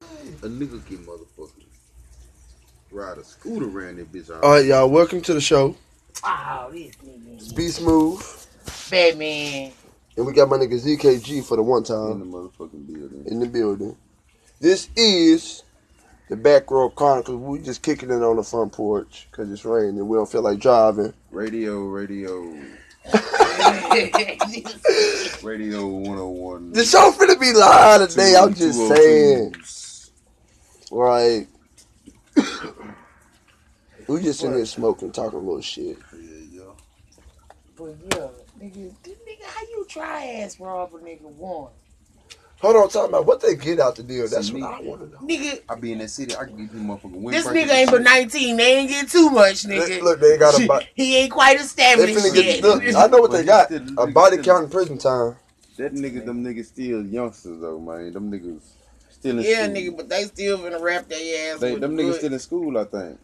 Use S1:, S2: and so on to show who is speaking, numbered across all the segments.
S1: a nigga get motherfucking ride a scooter around that bitch.
S2: All right, y'all. Welcome to the show.
S3: Oh, this nigga.
S2: It's Be Smooth,
S3: Batman.
S2: and we got my nigga ZKG for the one
S1: in
S2: time
S1: the motherfucking building.
S2: in the building. This is the back row chronicles. We just kicking it on the front porch because it's raining. and We don't feel like driving.
S1: Radio, radio, radio 101.
S2: The show finna be live today. I'm just
S1: 202.
S2: saying, like, we just in here smoking, talking a little shit.
S1: Yeah, yeah.
S3: but yeah, nigga, this nigga, how you try ass rob a nigga one?
S2: Hold on, talking about what they get out the deal. That's what I want to know.
S3: Nigga,
S1: I be in that city, I can give you motherfucking
S3: this
S1: windbreakers
S3: nigga ain't but
S1: and shit.
S3: 19. They ain't get too much,
S2: They-
S3: nigga.
S2: Look, they got a body.
S3: he ain't quite
S2: They
S3: established
S2: finna get.
S3: yet.
S2: Look, I know what they got. A body count in prison time.
S1: That nigga, them niggas still youngsters though, man. Them niggas still in
S3: yeah,
S1: school.
S3: nigga, but they still finna wrap their ass.
S1: They,
S3: with
S1: them
S3: the
S1: niggas
S3: good-
S1: still in school, I think.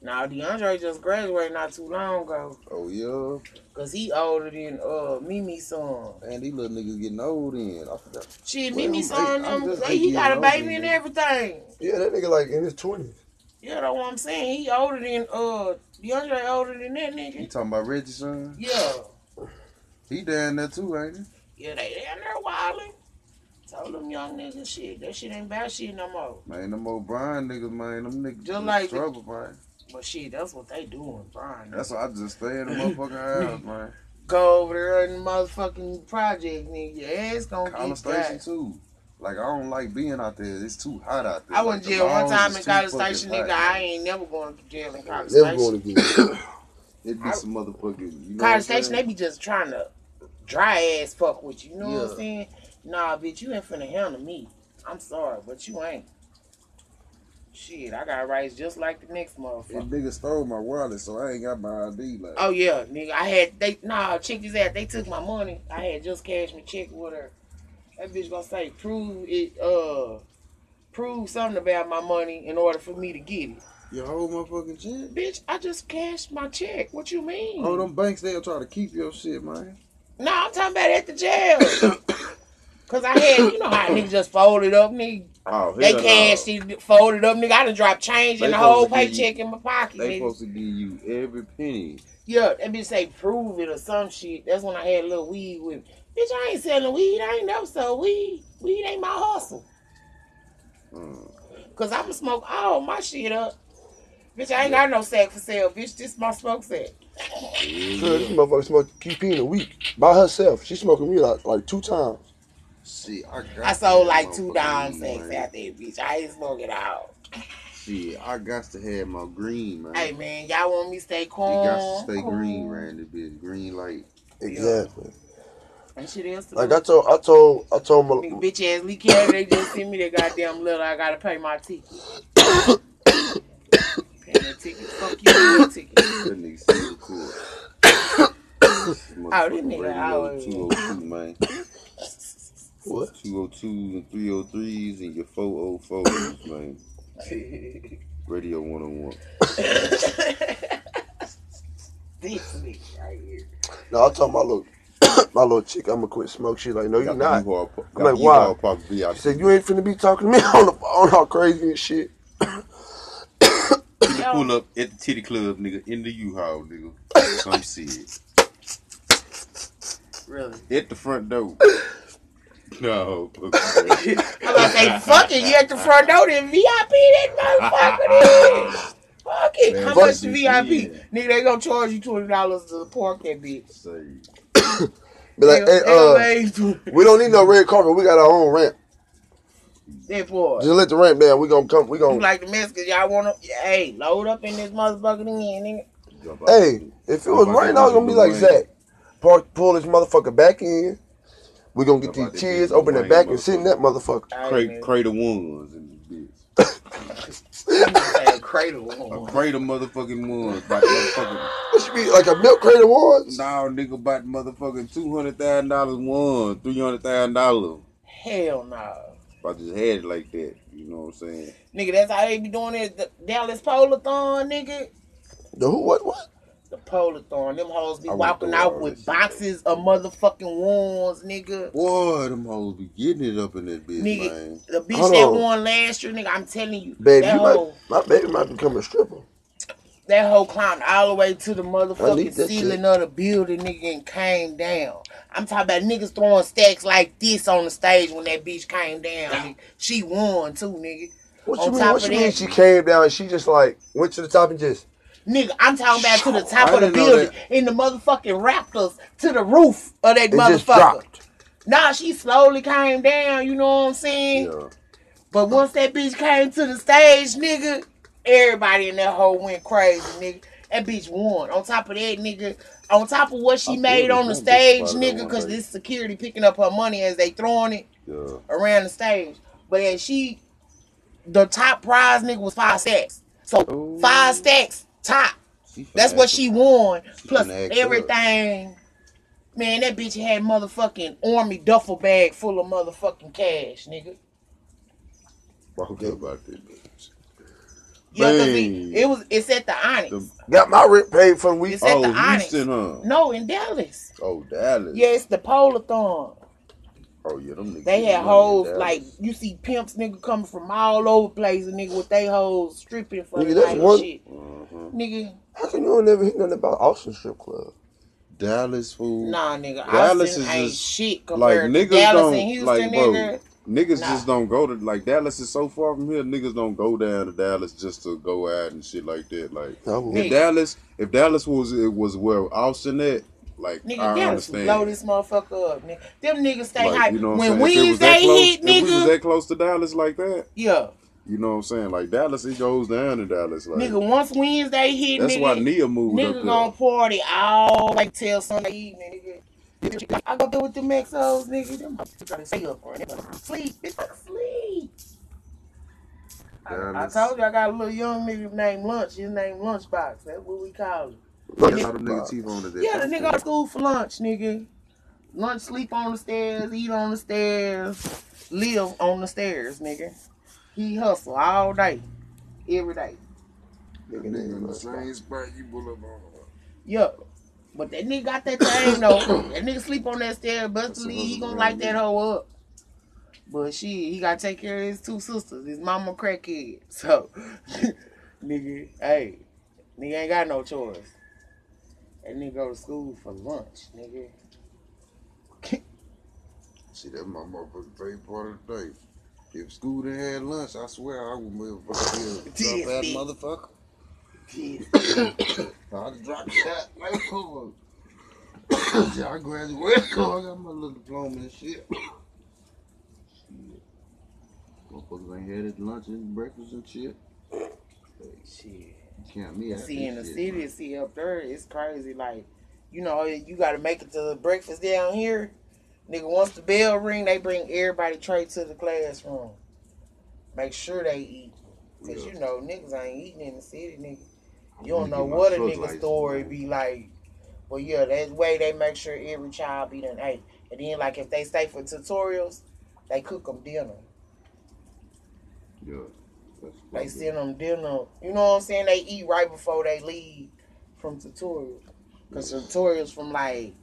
S3: Nah, DeAndre just graduated not too long ago.
S1: Oh yeah,
S3: Cause he older than uh Mimi's son.
S1: and these little niggas getting old. Then I forgot.
S3: Shit,
S1: Well,
S3: Mimi's
S1: I'm-
S3: son,
S1: I'm
S3: um,
S1: just
S3: they- he
S1: thinking
S3: got a
S1: older
S3: baby and
S1: than-
S3: everything.
S2: Yeah, that nigga like in his twenties.
S3: Yeah, that's what I'm saying. He older than uh DeAndre older than that
S1: You
S3: nigga.
S1: talking about Reggie son?
S3: Yeah.
S1: He down there too, ain't he?
S3: Yeah, they down there wilding. Told them young niggas shit. That shit ain't about shit no more.
S1: Man, them old Brian niggas, man. Them niggas
S3: Just
S1: in
S3: like-
S1: trouble, man.
S3: But shit, that's what they doing, Brian.
S1: That's why I just stay in the motherfucking house, man.
S3: Go over there in the motherfucking project, nigga. Your ass gonna
S1: College
S3: get fried.
S1: Station too. Like I don't like being out there. It's too hot out there.
S3: I went
S1: Like,
S3: to
S1: the
S3: jail one
S1: lawns
S3: time
S1: is
S3: in
S1: too
S3: College
S1: fucking
S3: Station, nigga.
S1: hot.
S3: I ain't never going to jail in College
S2: Never
S3: Station.
S2: going to get.
S1: It be some motherfucking. You know
S3: College
S1: what I'm
S3: Station, they
S1: saying?
S3: be just trying to dry ass fuck with you. You know what
S1: Yeah.
S3: I'm saying? Nah, bitch, you ain't finna handle me. I'm sorry, but you ain't. Shit, I got rights just like the next motherfucker.
S1: And niggas stole my wallet, so I ain't got my ID. Like,
S3: Oh yeah, nigga, I had they nah check this out. They took my money. I had just cashed my check with her. That bitch gonna say prove it. Uh, prove something about my money in order for me to get it.
S1: your whole motherfucking shit.
S3: Bitch, I just cashed my check. What you mean?
S1: Oh, them banks they'll try to keep your shit, man.
S3: No, I'm talking about at the jail. Cause I had, you know how niggas just folded up, nigga.
S1: Oh,
S3: They cashed it, folded up, nigga. I done dropped change
S1: They
S3: and the whole
S1: supposed to give
S3: paycheck in my pocket,
S1: They
S3: nigga.
S1: supposed to give you every penny.
S3: Yeah, that bitch say prove it or some shit. That's when I had a little weed with me. Bitch, I ain't selling weed. I ain't never sold weed. Weed ain't my hustle.
S1: Mm.
S3: Cause I'ma smoke all my shit up. Bitch, I ain't got no sack for sale. Bitch, this my smoke sack.
S2: Girl, this
S1: Yeah.
S2: motherfucker smoked QP in a week by herself. She smoking me like like two times.
S1: Shit, I got.
S3: I
S1: that
S3: sold like two dime
S1: motherfucking
S3: sacks
S1: weed, man.
S3: out there, bitch. I ain't smoking all.
S1: Shit, I got to have my green, man.
S3: Hey man, y'all want me to stay
S1: you
S3: calm?
S1: got to stay green,
S3: cool,
S1: around this bitch. Green light.
S2: Exactly.
S3: And shit else to
S2: Like
S3: do.
S2: I told, I told, I told
S3: Nigga,
S2: my.
S3: bitch ass Lee Carey, they just send me that goddamn letter. I gotta pay my ticket. Paying the ticket. Fuck you, your ticket.
S1: That nigga still cool.
S3: Oh,
S1: Oh,
S3: this nigga
S1: radio
S3: always-
S1: 202, man.
S2: What?
S1: 202s and 303s and your 404s, man. Radio 101.
S3: this nigga right here.
S2: No, I told my little, my little chick, I'ma quit smoke. She like, no, you
S1: Got
S2: not.
S1: the U-Haul,
S2: I'm like, why?
S1: Park VIP.
S2: She said, you ain't finna be talking to me on the phone, all crazy and shit.
S1: Nigga pull up at the titty club, nigga, in the U-Haul, nigga. Some shit.
S3: Really?
S1: At the front door. No, fuck that.
S3: I'm about to say, fuck it. You at the front door, then VIP that motherfucker. Then. Fuck it.
S1: Man,
S3: How
S1: fuck
S3: much the
S1: this
S3: VIP?
S1: shit.
S3: Nigga, they gonna charge you twenty dollars to park that bitch.
S1: Say,
S2: Be like,
S3: they,
S2: hey, uh,
S3: they gonna make
S2: we don't need no red carpet. We got our own ramp.
S3: that part.
S2: Just let the ramp down. We gonna come. We
S3: You
S2: gonna.
S3: like the Mexicans, y'all wanna hey, load up in this motherfucker again, nigga.
S1: jump out
S2: Hey,
S1: the-
S2: if it was
S1: jump out
S2: raining,
S1: that
S2: I was
S1: bitch
S2: gonna be
S1: with
S2: like
S1: Lil Wayne.
S2: Zach. Park, pull this motherfucker back in. We gonna get
S1: How about that
S2: these chairs,
S1: bitch with
S2: open
S1: Wayne,
S2: that back, and sit in that motherfucker.
S1: Cra- Crater ones and bitch.
S3: cradle.
S1: A
S3: cradle.
S1: crater motherfucking ones by motherfucking.
S2: What you mean, like a milk crate of ones?
S1: Nah, nigga bought motherfucking two hundred thousand dollars one, three hundred thousand dollars.
S3: Hell no.
S1: I just had it like that. You know what I'm saying?
S3: Nigga, that's how they be doing it. The Dallas Polathon, nigga.
S2: The who? What? What?
S3: The polar thorn. Them hoes be
S1: I want
S3: walking
S1: the
S3: out
S1: wires.
S3: with boxes of motherfucking wands, nigga.
S1: Boy, them hoes be getting it up in that bitch,
S3: Nigga,
S1: man.
S3: the bitch
S2: Hold
S3: that
S2: on.
S3: won last year, nigga, I'm telling you,
S2: Baby,
S3: that
S2: you
S3: hoe,
S2: might, my baby might become a stripper.
S3: that hoe climbed all the way to the motherfucking
S2: need that
S3: ceiling
S2: shit.
S3: of the building, nigga, and came down. I'm talking about niggas throwing stacks like this on the stage when that bitch came down. Nigga. She won too, nigga.
S2: What
S3: On
S2: you mean?
S3: top
S2: What
S3: of
S2: you mean?
S3: that-
S2: She came down and she just like went to the top and just
S3: Nigga, I'm talking about to the top
S1: I
S3: of the
S1: didn't know
S3: building in the motherfucking Raptors to the roof of that
S2: it just
S3: motherfucker.
S2: dropped.
S3: Nah, she slowly came down, you know what I'm saying?
S1: Yeah.
S3: But once that bitch came to the stage, nigga, everybody in that hole went crazy, nigga. That bitch won. On top of that, nigga, on top of what she
S1: I
S3: made
S1: thought
S3: on the
S1: this one bitch
S3: stage,
S1: spotted that
S3: nigga,
S1: one
S3: because
S1: day.
S3: this security picking up her money as they throwing it
S1: Yeah.
S3: around the stage. But as she, the top prize, nigga, was five stacks. So
S1: Ooh.
S3: five stacks top.
S1: She
S3: That's
S1: finna
S3: what
S1: act
S3: she
S1: up.
S3: won.
S1: She
S3: Plus
S1: finna act up.
S3: everything. Man, that bitch had motherfucking army duffel bag full of motherfucking cash, nigga.
S1: Fuck about that bitch.
S3: Yeah, cause it,
S1: Man.
S3: it was it's at the Onyx.
S1: The-
S2: Got my rent paid for the week.
S3: It's at the
S1: oh,
S3: Onyx.
S1: Houston, huh?
S3: No, in Dallas.
S1: Oh, Dallas.
S3: Yeah, it's the Polathon.
S1: Oh, yeah, them niggas.
S3: They
S1: getting
S3: had
S1: money in
S3: hoes
S1: Dallas.
S3: like you see pimps nigga coming from all over place nigga with they hoes stripping for
S2: Nigga,
S3: the
S2: that's
S3: night and
S2: one-
S3: shit.
S1: Uh-huh.
S3: Nigga,
S2: How can you never hear nothing about Austin strip club?
S1: Dallas food.
S3: nah nigga,
S1: Dallas
S3: Austin
S1: is
S3: ain't
S1: just-
S3: shit
S1: Like
S3: compared
S1: niggas
S3: to Dallas
S1: don't
S3: and Houston
S1: like bro.
S3: nigga.
S1: Niggas
S3: Nah.
S1: just don't go to like Dallas is so far from here. Niggas don't go down to Dallas just to go out and shit like that. Like
S2: I would.
S1: if
S3: Nigga.
S1: Dallas, if Dallas was it was where Austin at, like
S3: Nigga,
S1: I
S3: Dallas would blow
S1: understand.
S3: this motherfucker up, nigga. Them niggas stay
S1: Like
S3: hype.
S1: you know what
S3: When
S1: I'm saying. If it was that
S3: Wednesday
S1: close,
S3: hit,
S1: if we was
S3: nigga,
S1: that close to Dallas like that,
S3: yeah.
S1: you know what I'm saying. Like Dallas, it goes down to Dallas. Like
S3: Nigga, once Wednesday hit,
S1: that's why
S3: nigga,
S1: Nia moved
S3: Nigga
S1: up
S3: gonna
S1: there.
S3: party all like till Sunday evening, nigga. I go there with them exos, nigga. Them motherfuckers gotta stay up, bro. They gotta Sleep, bitch, fuck sleep. I, I
S1: Dallas.
S3: told you I got a little young nigga named Lunch. His name Lunchbox. That's what we call him.
S1: That's how them niggas cheap on it. that
S3: Yeah, the nigga
S1: function.
S3: out of school for lunch, nigga. Lunch, sleep on the stairs, eat on the stairs, live on the stairs, nigga. He hustle all day, every day.
S2: Nigga,
S1: Nigga in
S2: nigga,
S1: the
S2: nigga.
S1: same spot you pull up on.
S3: Yup. But that nigga got that thing though. that nigga sleep on that stair, but
S1: That's a
S3: believe he
S1: hustle,
S3: gonna
S1: man.
S3: like that hoe up. But shit, he gotta take care of his two sisters. His mama crackhead. So nigga, hey, nigga ain't got no choice. That nigga go to school for lunch, nigga.
S1: See, that's my motherfucking favorite part of the day. If school done had lunch, I swear I would motherfucker be a drop that
S3: TSD.
S1: motherfucker.
S3: Jeez.
S1: I'd drop that motherfucker. See, I graduated. I got my little diploma and shit. Motherfuckers ain't had his lunch and breakfast and shit.
S3: Shit.
S1: You count me out
S3: See in the
S1: this shit,
S3: city,
S1: man.
S3: see up there, it's crazy. Like, you know, you gotta make it to the breakfast down here. Nigga, once the bell ring, they bring everybody straight to the classroom. Make sure they eat. Cause
S1: Yeah.
S3: you know, niggas ain't eating in the city, nigga. You
S1: I'm gonna
S3: don't know
S1: get my
S3: what a
S1: truck
S3: nigga
S1: license,
S3: story
S1: man.
S3: be like. But yeah, that way they make sure every child be done ate. And then like if they stay for tutorials, they cook them dinner.
S1: Yeah. That's
S3: They
S1: fucked up.
S3: send them dinner. You know what I'm saying? They eat right before they leave from tutorials. Cause tutorials from like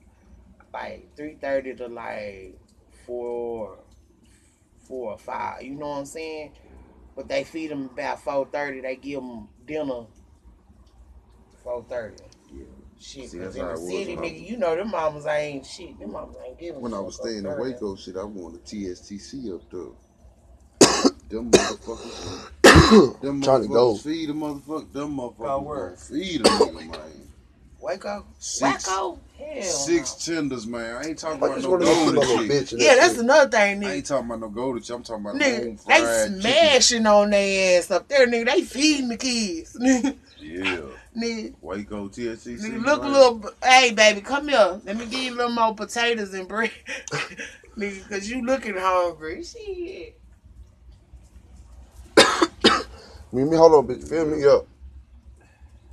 S3: like three thirty to like four, four or five. You know what I'm saying? But they feed them about four thirty. They give them dinner four thirty.
S1: Yeah.
S3: Shit,
S1: See,
S3: 'cause
S1: that's
S3: in
S1: how it
S3: the
S1: was
S3: city,
S1: when I was
S3: nigga, you know them mamas ain't shit. Them mamas ain't giving
S1: when
S3: a
S1: I
S3: fuck
S1: was staying in
S3: up there.
S1: Waco. Shit, I wanted TSTC up there. Them motherfuckers. Them
S2: Trying to go.
S1: motherfuckers feed a motherfucker. Them
S3: Go
S1: motherfuckers
S3: where?
S1: gonna feed a nigga, man.
S3: Waco?
S1: Six,
S3: Waco? Hell
S1: six
S3: no.
S1: tenders, man. I ain't talking
S2: I
S1: about
S2: just
S1: no
S2: want to go put my
S1: golden
S2: little
S1: shit.
S2: bitch in
S3: Yeah,
S2: that
S3: that's
S2: shit.
S3: another thing,
S1: I ain't
S3: nigga.
S1: talking about no golden shit. I'm talking about home
S3: Nigga, they
S1: fried chicken.
S3: smashing on their ass up there, nigga. They feeding the kids, nigga.
S1: Yeah,
S3: nigga.
S1: Waco TSCC.
S3: Nigga, look a
S1: man.
S3: little. b- Hey, baby, come here. Let me give you a little more potatoes and bread, nigga, cause you looking hungry. Shit.
S2: Meet me, hold on, bitch. Fill me up.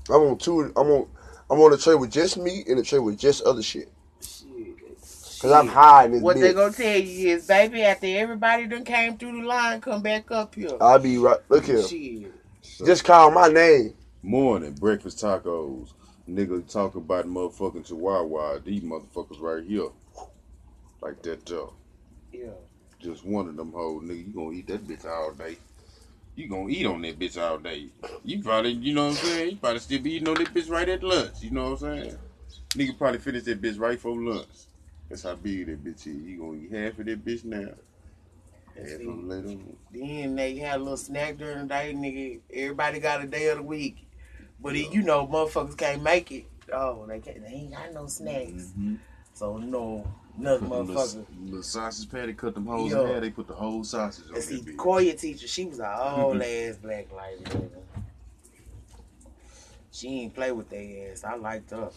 S2: I'm on two. I'm on. I'm on a tray with just me and a tray with just other shit.
S3: Shit.
S2: Cause I'm
S3: Shit.
S2: high in this
S3: What they
S2: bitch.
S3: gonna tell you is, baby, after everybody done came through the line, come back up here.
S2: I'll be right. Look here.
S3: Shit.
S1: So,
S2: Just call my name.
S1: morning breakfast tacos. Nigga talk about motherfucking Chihuahua. These motherfuckers right here. Like that though.
S3: Yeah.
S1: Just one of them whole nigga. You gonna eat that bitch all day. You gonna eat on that bitch all day. You probably, you know what I'm saying? You probably still be eating on that bitch right at lunch. You know what I'm saying? Nigga probably finish that bitch right for lunch. That's how big that bitch is. You gonna eat half of that bitch now. Half of it later on.
S3: Then they had a little snack during the day, nigga. Everybody got a day of the week. But it, you know, motherfuckers can't make it. Oh, they can't, they ain't got no snacks. So no, nothing, motherfucker.
S4: Mm-hmm. Little, little sausage patty, cut them holes
S3: Yo.
S4: in there. They put the whole sausage on
S3: And see,
S4: that bitch. Mm-hmm.
S3: Koya teacher, she was an old ass black lady. nigga. She ain't play with their ass. I liked her.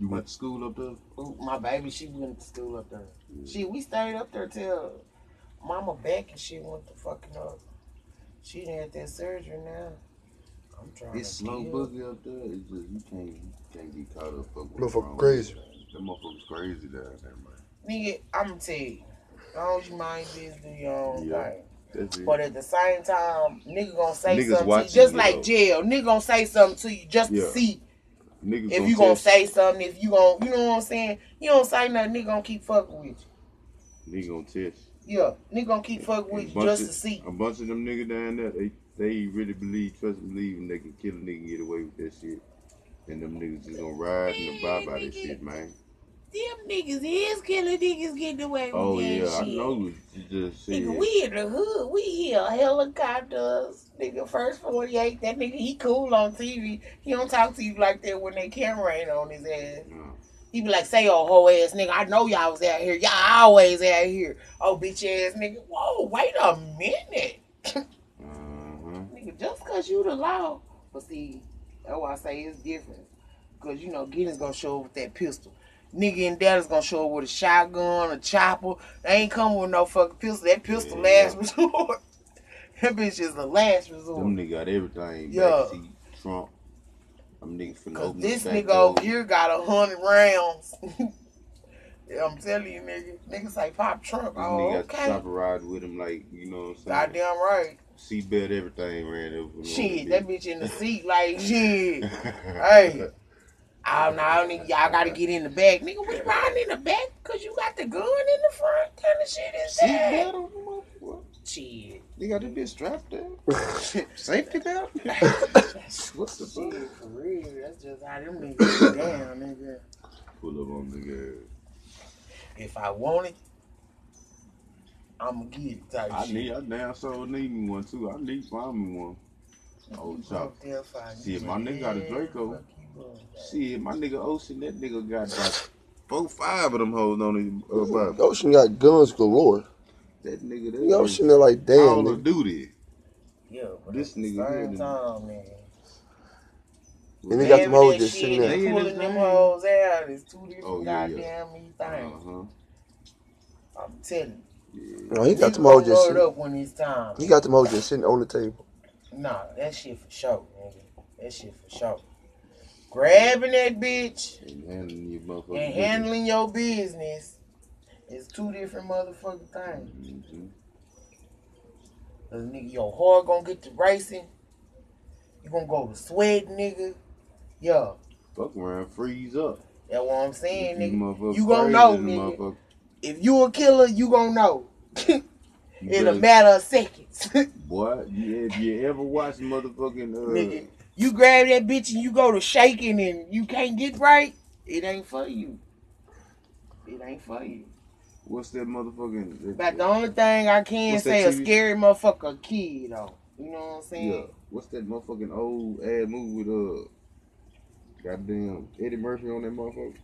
S4: You went to school up there?
S3: Ooh, my baby, she went to school up there. She, we stayed up there till Mama back and she went to fucking up. She done had that surgery now. I'm trying
S4: It's
S3: to
S4: slow
S3: kill.
S4: boogie up there. It's just, you can't, you can't get caught up. up with
S2: Motherfucker
S4: wrong.
S2: crazy.
S4: That motherfucker's crazy down there, man.
S3: Nigga, I'ma tell you. Don't you mind this do your own
S1: Yeah.
S3: thing.
S1: That's it.
S3: But at the same time, nigga gonna say
S1: Niggas
S3: something to you.
S1: watching
S3: Just
S1: you,
S3: like
S1: though.
S3: jail. Nigga gonna say something to you just
S1: Yeah.
S3: to see
S1: Niggas
S3: if you gonna
S1: test
S3: say something, if you gonna you know what I'm saying? You don't say nothing, nigga gonna keep fucking with
S1: you. Nigga gonna test
S3: you. Yeah, nigga gonna keep fucking
S1: you.
S3: with
S1: A
S3: you
S1: bunch
S3: just
S1: of-
S3: to see.
S1: A bunch of them niggas down there, they, they really believe, trust and believe, and they can kill a nigga and get away with that shit. And them niggas just gonna ride and abide by that shit, man.
S5: Them niggas is killing niggas getting away with
S1: Oh
S5: that
S1: yeah, I
S5: shit.
S1: know what you just said.
S5: Nigga, we in the hood.
S3: We hear helicopters. Nigga, first 48, that nigga, he cool on TV. He don't talk to you like that when that camera ain't on his ass.
S1: No.
S3: He be like, say, oh, hoe ass nigga, I know y'all was out here. Y'all always out here. Oh, bitch ass nigga. Whoa, wait a minute.
S1: Uh-huh.
S3: Nigga, just cause you the law. But see, that's why I say it's different. Cause you know, Gideon's gonna show up with that pistol. Nigga and dad is gonna show up with a shotgun, a chopper. They ain't come with no fucking pistol. That pistol
S1: Yeah.
S3: last resort. that bitch is the last
S1: Them
S3: resort.
S1: nigga got everything.
S3: Yeah.
S1: Backseat, trunk. Them niggas finna
S3: Cause
S1: open
S3: this
S1: the back
S3: nigga over
S1: door.
S3: here got a hundred rounds. Yeah, I'm telling you, nigga. Niggas say pop
S1: This
S3: trunk. Oh,
S1: nigga got the
S3: okay.
S1: chopper ride with him, like, you know what I'm saying?
S3: Goddamn right.
S1: Seatbelt, everything ran over.
S3: Shit, that bitch in the seat like shit.
S1: hey.
S3: hey. I don't know, I don't even- y'all gotta get in the back. Nigga, we riding in the back because you got the gun in the front. kind of shit is that?
S4: Seatbelt on the motherfucker.
S3: Shit.
S4: They got this bitch strapped down. Safety belt? what the fuck?
S3: Shit, for real. That's just how them niggas get down, nigga.
S1: Pull up on nigga.
S3: If I want it, I'ma get it type
S1: I
S3: shit.
S1: need, I damn so need me one too. I need find me one. Oh, chopper.
S3: Up there, fuck
S1: Shit,
S3: you,
S1: my nigga got a
S3: man.
S1: Draco.
S3: Fuck you up.
S1: Shit, my nigga Ocean, that nigga got about four, five of them hoes on his uh, body.
S2: Ocean got guns galore.
S1: That nigga, that
S2: Nigga,
S1: is
S2: Ocean there like damn
S1: Call of
S2: nigga.
S1: Duty.
S3: Yeah, but
S1: This
S3: at the
S1: nigga here
S3: same
S1: done-
S3: time, man.
S2: And he got them
S3: Having
S2: hoes
S3: that
S2: just sitting
S3: shit and
S2: there.
S1: They in
S3: Pulling
S1: his
S3: them
S1: room.
S3: hoes out is two different
S1: Oh, yeah,
S3: goddamn
S1: yeah.
S3: things.
S1: Uh-huh.
S3: I'm telling you.
S2: No, he got
S3: Niggas
S2: them hoes
S3: gonna
S2: just
S3: load
S2: sitting.
S3: up when it's time.
S2: He got them hoes just sitting on the table.
S3: Nah, that shit for sure, nigga. That shit for sure. Grabbing that bitch
S1: And handling your motherfucking
S3: and handling your business is two different motherfucking things.
S1: hmm
S3: Cause nigga, your heart gonna get to racing. You gonna go to sweat, nigga. Yeah,
S1: Fuck around, freeze up.
S3: that's what I'm saying,
S1: You
S3: nigga.
S1: motherfucker
S3: You gonna
S1: crazy
S3: know,
S1: than a
S3: nigga.
S1: motherfucker.
S3: If you a killer, you gonna know
S1: You
S3: in a
S1: better-
S3: matter of seconds.
S1: Boy, you- if you ever watch motherfucking uh,
S3: nigga, you grab that bitch and you go to shaking and you can't get right, it ain't for you. It ain't for you.
S1: what's that motherfucking?
S3: About the only thing I can
S1: What's that
S3: say a
S1: TV?
S3: scary motherfucker kid though. You know what I'm saying?
S1: yeah, what's that motherfucking old ad movie with uh, goddamn Eddie Murphy on that motherfucker?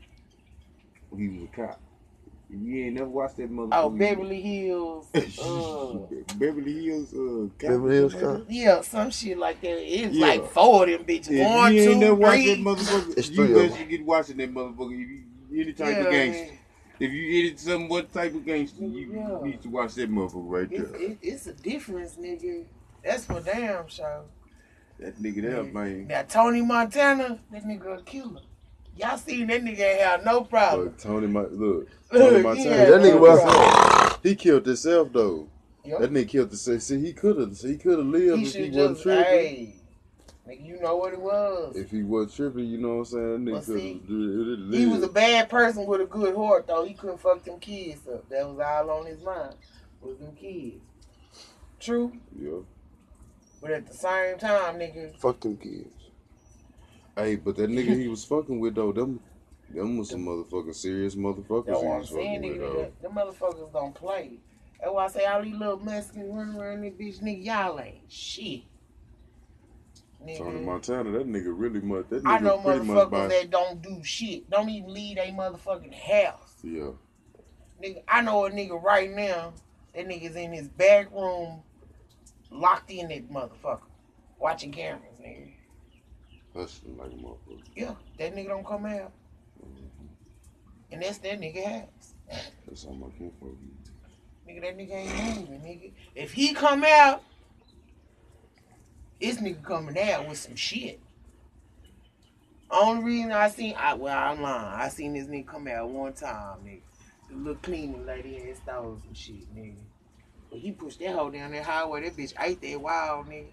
S1: He was a cop. If You ain't never watched that motherfucker.
S3: Oh, Beverly Hills. uh,
S1: Beverly Hills, uh, cop.
S2: Beverly Hills Cop.
S3: yeah, some shit like that. It's
S1: Yeah.
S3: like four of them bitches.
S1: If
S3: One,
S1: you ain't never
S3: two,
S1: watched that
S3: three.
S1: motherfucker,
S2: It's
S1: you
S2: three of
S1: best
S2: them.
S1: you get watching that motherfucker. If you any type
S3: Yeah,
S1: of gangster,
S3: man.
S1: if you any some what type of gangster, you
S3: Yeah.
S1: need to watch that motherfucker right
S3: It's,
S1: there.
S3: it, it's a difference, nigga. That's for damn sure.
S1: That nigga there, man.
S3: Now Tony Montana, that nigga a killer. Y'all seen that nigga ain't have no problem.
S1: But Tony, my look,
S3: Look,
S1: Tony
S3: he
S1: Montana.
S3: had
S2: That nigga
S3: no
S2: was-
S3: problem.
S1: He killed himself though.
S3: Yup.
S1: That nigga killed himself. See, he could have. He could have lived
S3: He
S1: if he
S3: should
S1: wasn't
S3: just,
S1: tripping.
S3: hey, Nigga, you know what it was.
S1: If he was tripping, you know what I'm saying?
S3: Well,
S1: Nigga could've
S3: see,
S1: did it.
S3: He was a bad person with a good heart, though. He couldn't fuck them kids up. That was all on his mind. Was them kids. True.
S1: Yeah.
S3: But at the same time, nigga,
S2: Fuck them kids.
S1: Hey, but that nigga he was fucking with though, them them was some motherfucking serious motherfuckers
S3: that's
S1: he
S3: what I'm
S1: was
S3: saying,
S1: fucking with
S3: nigga.
S1: though.
S3: Them motherfuckers don't play. That's why I say all these little Mexicans running around this bitch, nigga, y'all ain't shit.
S1: Tony
S3: Nigga,
S1: Montana, that nigga really much. That nigga
S3: I know
S1: pretty much by,
S3: motherfuckers that don't do shit. Don't even leave they motherfucking house.
S1: yeah.
S3: Nigga, I know a nigga right now. That nigga's in his back room, locked in that motherfucker, watching cameras, nigga.
S1: Hustling like a motherfucker.
S3: Yeah, that nigga don't come out. And that's that nigga house.
S1: That's how my kinfolk be.
S3: Nigga, that nigga ain't moving, nigga. If he come out, this nigga coming out with some shit. Only reason I seen, I, well, I'm lying. I seen this nigga come out one time, nigga. The little cleaning lady had stole some shit, nigga. But he pushed that hoe down that highway. That bitch ate that wild, nigga.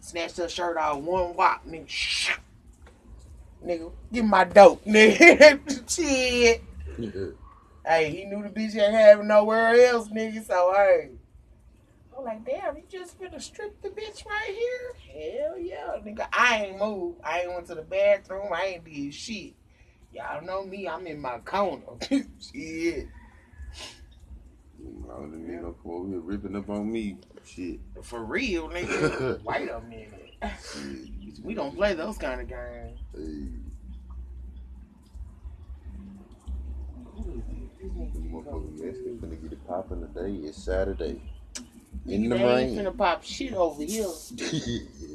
S3: Snatched her shirt off one wop, nigga. Shh. Nigga, give me my dope, nigga. shit. Hey, he knew the bitch ain't having nowhere else, nigga. So hey, I'm like, damn, you just finna strip the bitch right here? Hell yeah, nigga. I ain't moved. I ain't went to the bathroom. I ain't did shit. Y'all know me. I'm in my corner. shit.
S1: I don't even know come over here ripping up on me. Shit.
S3: For real, nigga. Wait a minute.
S1: Shit.
S3: We don't play those kind of games.
S1: Hey,
S3: Who is it? This nigga
S1: the
S3: finna go
S1: motherfucking
S3: to-
S1: Mexican finna get it popping today. It's Saturday. In the
S3: They ain't
S1: rain.
S3: finna pop shit over here.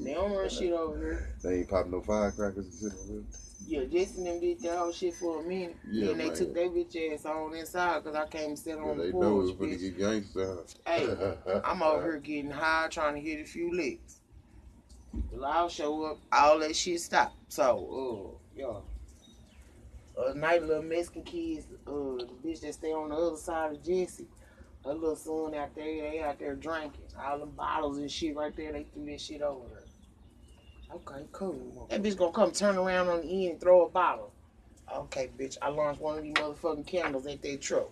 S3: They don't run shit over here.
S1: They ain't popping no firecrackers and shit. over
S3: Yeah, Jason them did that whole shit for a minute.
S1: Yeah,
S3: then they
S1: man.
S3: took their bitch ass on inside because I came and sit
S1: there. Yeah,
S3: on
S1: they
S3: the
S1: know
S3: porch,
S1: it's finna get
S3: bitch.
S1: gangster.
S3: Hey, I'm over here getting high trying to hit a few licks. Well, I'll show up, all that shit stop. So, uh, yo. A night little Mexican kids, uh, the bitch that stay on the other side of Jesse. Her little son out there, they out there drinking. All them bottles and shit right there, they threw that shit over her. Okay, cool. That bitch gonna come turn around on the end and throw a bottle. Okay, bitch, I launched one of these motherfucking candles at that truck.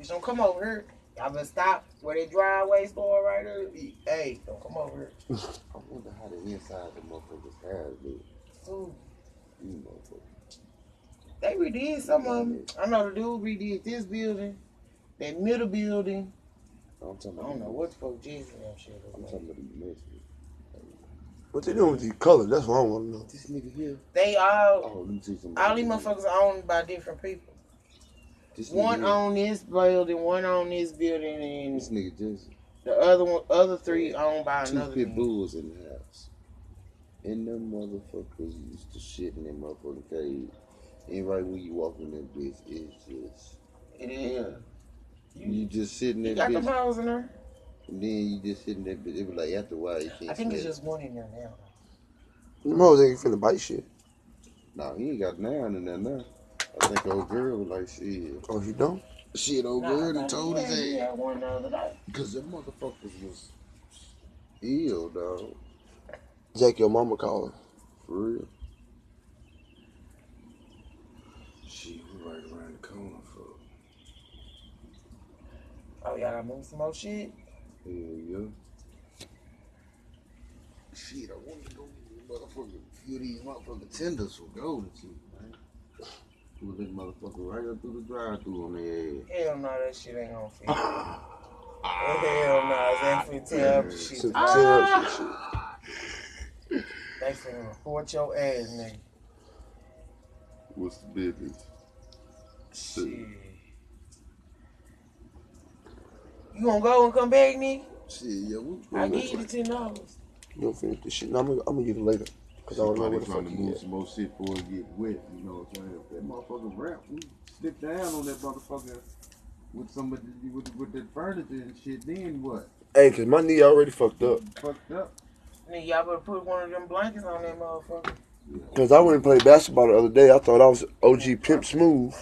S3: Bitch, don't come over here. Y'all better stop where that driveway store right there. Hey, don't come over here.
S1: I wonder how the inside of the motherfuckers has it.
S3: Ooh,
S1: You motherfuckers.
S3: they redid some of them. I know the dude redid this building, that middle building.
S1: I'm talking
S3: I
S1: about.
S3: don't know what the fuck Jesus and them shit
S1: I'm
S3: was.
S1: talking
S3: like.
S1: about the Mexicans.
S2: What they doing with these colors? That's what I want to know.
S1: This nigga here.
S3: They all,
S1: Oh, let me see some.
S3: all these motherfuckers are owned by different people.
S1: This nigga
S3: One
S1: here.
S3: on this building, one on this building, and
S1: This nigga just
S3: the other one, other three owned by
S1: two
S3: another.
S1: pit
S3: man.
S1: bulls in the house, and them motherfuckers used to shit in their motherfucking cage. And right when you walk in that bitch, it's just
S3: And then
S1: you just sitting
S3: you
S1: that
S3: got them
S1: bitch,
S3: hoes in there.
S1: and then you just sitting that bitch. It was like after a while you can't.
S3: I think it's
S1: smell it.
S3: just one in there now.
S2: Them hoes ain't finna bite shit.
S1: Nah, he ain't got nine in there now. I think old girl was like shit.
S2: Oh, you don't?
S1: Shit, old
S3: Nah,
S1: girl
S3: nah,
S1: done told
S3: yeah,
S1: his
S3: yeah,
S1: ass
S3: one the other day.
S1: because them motherfuckers was ill, dog.
S2: Jack, your mama called.
S1: For real. Shit, we right around the corner for.
S3: Oh, y'all gotta move some more shit.
S1: Hell yeah. Shit, I want to go get these motherfucking few of these motherfucking tenders for golden shit, man. Pull that motherfucker right up through the drive through on their ass.
S3: Hell no, that shit ain't gonna fit. Hell no, it's actually tear up the Ah, shit.
S2: Some tips and shit.
S3: They finna report your ass, nigga.
S1: What's the business?
S3: Shit. You gonna go and come back, nigga?
S1: Shit, yeah, we
S3: I give you the ten dollars.
S2: You don't finish this shit. No, I'm gonna, I'm gonna get it later. Cause I don't know
S1: Somebody
S2: where the
S1: trying
S2: fuck
S1: to
S2: he
S1: move
S2: is.
S1: some more shit before it get wet, you know what I'm saying? If that motherfucker rap, we slip down on that motherfucker with some of the, with, with that furniture and shit, then what?
S2: Hey, cause my knee already fucked up.
S1: Fucked up.
S3: Nigga, y'all better put one of them blankets on that motherfucker.
S2: Cause I went and played basketball the other day. I thought I was OG Pimp Smooth.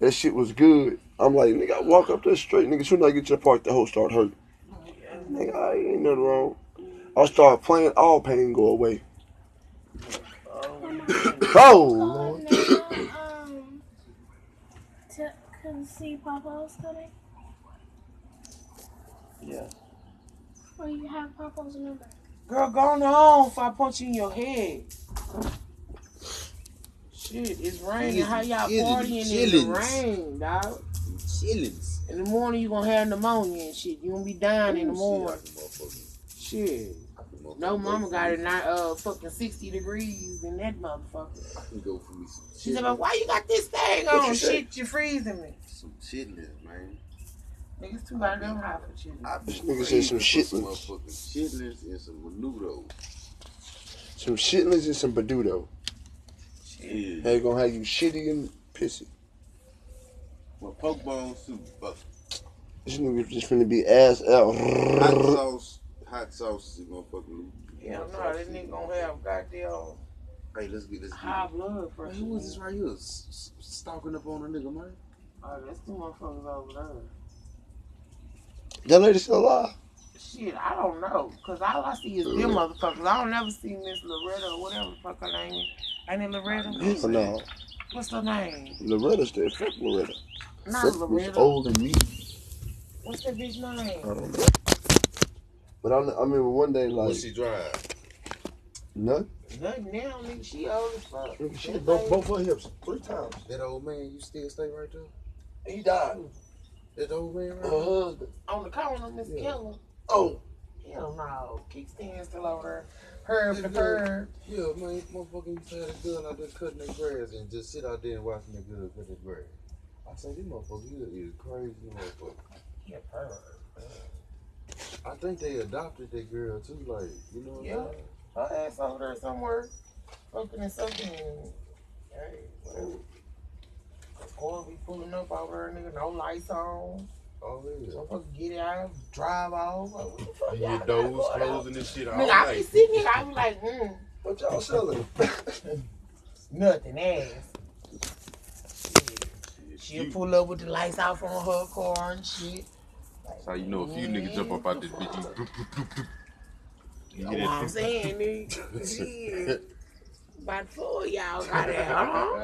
S2: That shit was good. I'm like, nigga, I walk up there straight, nigga. Soon as I get to the park, the whole start hurting. Nigga, I ain't nothing wrong. I start playing, all pain go away. Oh, Lord.
S5: um, to come see Papa's coming?
S3: Yeah.
S5: Or you have Papa's number?
S3: Girl, go on home if I punch you in your head. Shit, it's raining. How y'all
S1: Chillin',
S3: partying in the
S1: chillin'.
S3: rain, dog?
S1: Chillings.
S3: In the morning you gonna have pneumonia and shit. You gonna be dying
S1: Oh,
S3: in the morning. Shit. No mama got it not uh fucking sixty degrees in that motherfucker.
S1: I can go for me some
S3: She said,
S1: chillings.
S3: "Why you got this thing
S1: What you
S3: on?
S1: say?
S3: Shit, you freezing me."
S1: Some chillings, man.
S3: Niggas too goddamn hot for shit.
S1: I've been
S2: Nigga said
S1: craving for
S2: some chitlins.
S1: Some motherfucking chitlins and some menudo.
S2: Some shitless and some badudo.
S1: Yeah.
S2: They gonna have you shitty and pissy.
S1: With poke bone soup, fuck.
S2: This nigga just finna be ass out.
S1: Hot sauce, hot sauce is motherfucking.
S3: Hell no, this nigga gonna have goddamn
S1: Hey, let's get this.
S3: high blood pressure.
S1: Hey, who was this right here? S- s- Stalking up on a nigga, man.
S3: Oh, that's two motherfuckers over there.
S2: That lady still alive.
S3: Shit, I don't know. Cause all I see is them motherfuckers. I don't ever see Miss Loretta or whatever the fuck her name is. Ain't it Loretta?
S2: For now.
S3: What's her name?
S2: Loretta's there. Fuck Loretta.
S3: Not
S2: Fuck was
S3: Loretta.
S2: old and me.
S3: What's that bitch
S2: I
S3: name?
S2: don't know. But I, I remember one day, like,
S1: What's she drive?
S2: nothing.
S3: Nothing now, nigga. She old as fuck.
S2: She broke both her hips three times.
S1: That old man, you still stay right there?
S2: He died.
S1: That old man right
S2: Her
S1: there?
S2: husband.
S3: On the corner, Miss
S1: Yeah.
S3: Keller.
S2: Oh,
S3: Hell no. Kickstand still over there. Herb to curb.
S1: Yeah, man, motherfucker, you say that girl out there cutting that grass and just sit out there and watching that girl cut that grass. I say, this motherfucker here is crazy, motherfucker.
S3: Yeah, herb.
S1: I think they adopted that girl too, like, you know what
S3: Yeah.
S1: I'm saying?
S3: Her ass over there somewhere. Fucking and something. and- Hey, whatever. Of course, we pulling up over there, nigga. No lights on.
S1: Oh, yeah.
S3: Motherfucker get out, drive off. Like, what the fuck
S6: And
S3: y'all
S6: your
S3: got
S6: doors
S3: going on?
S6: closing and shit all
S3: Nigga, I be
S6: night.
S3: sitting here, I be like, mm,
S2: what y'all selling?
S3: nothing ass. Shit. She'll
S6: You-
S3: pull up with the lights out from her car and shit.
S6: That's how you know if you niggas jump up out this bitch, you bloop, bloop, bloop, bloop.
S3: You
S6: You
S3: know what I'm saying, nigga? Shit. About four of y'all got that, huh?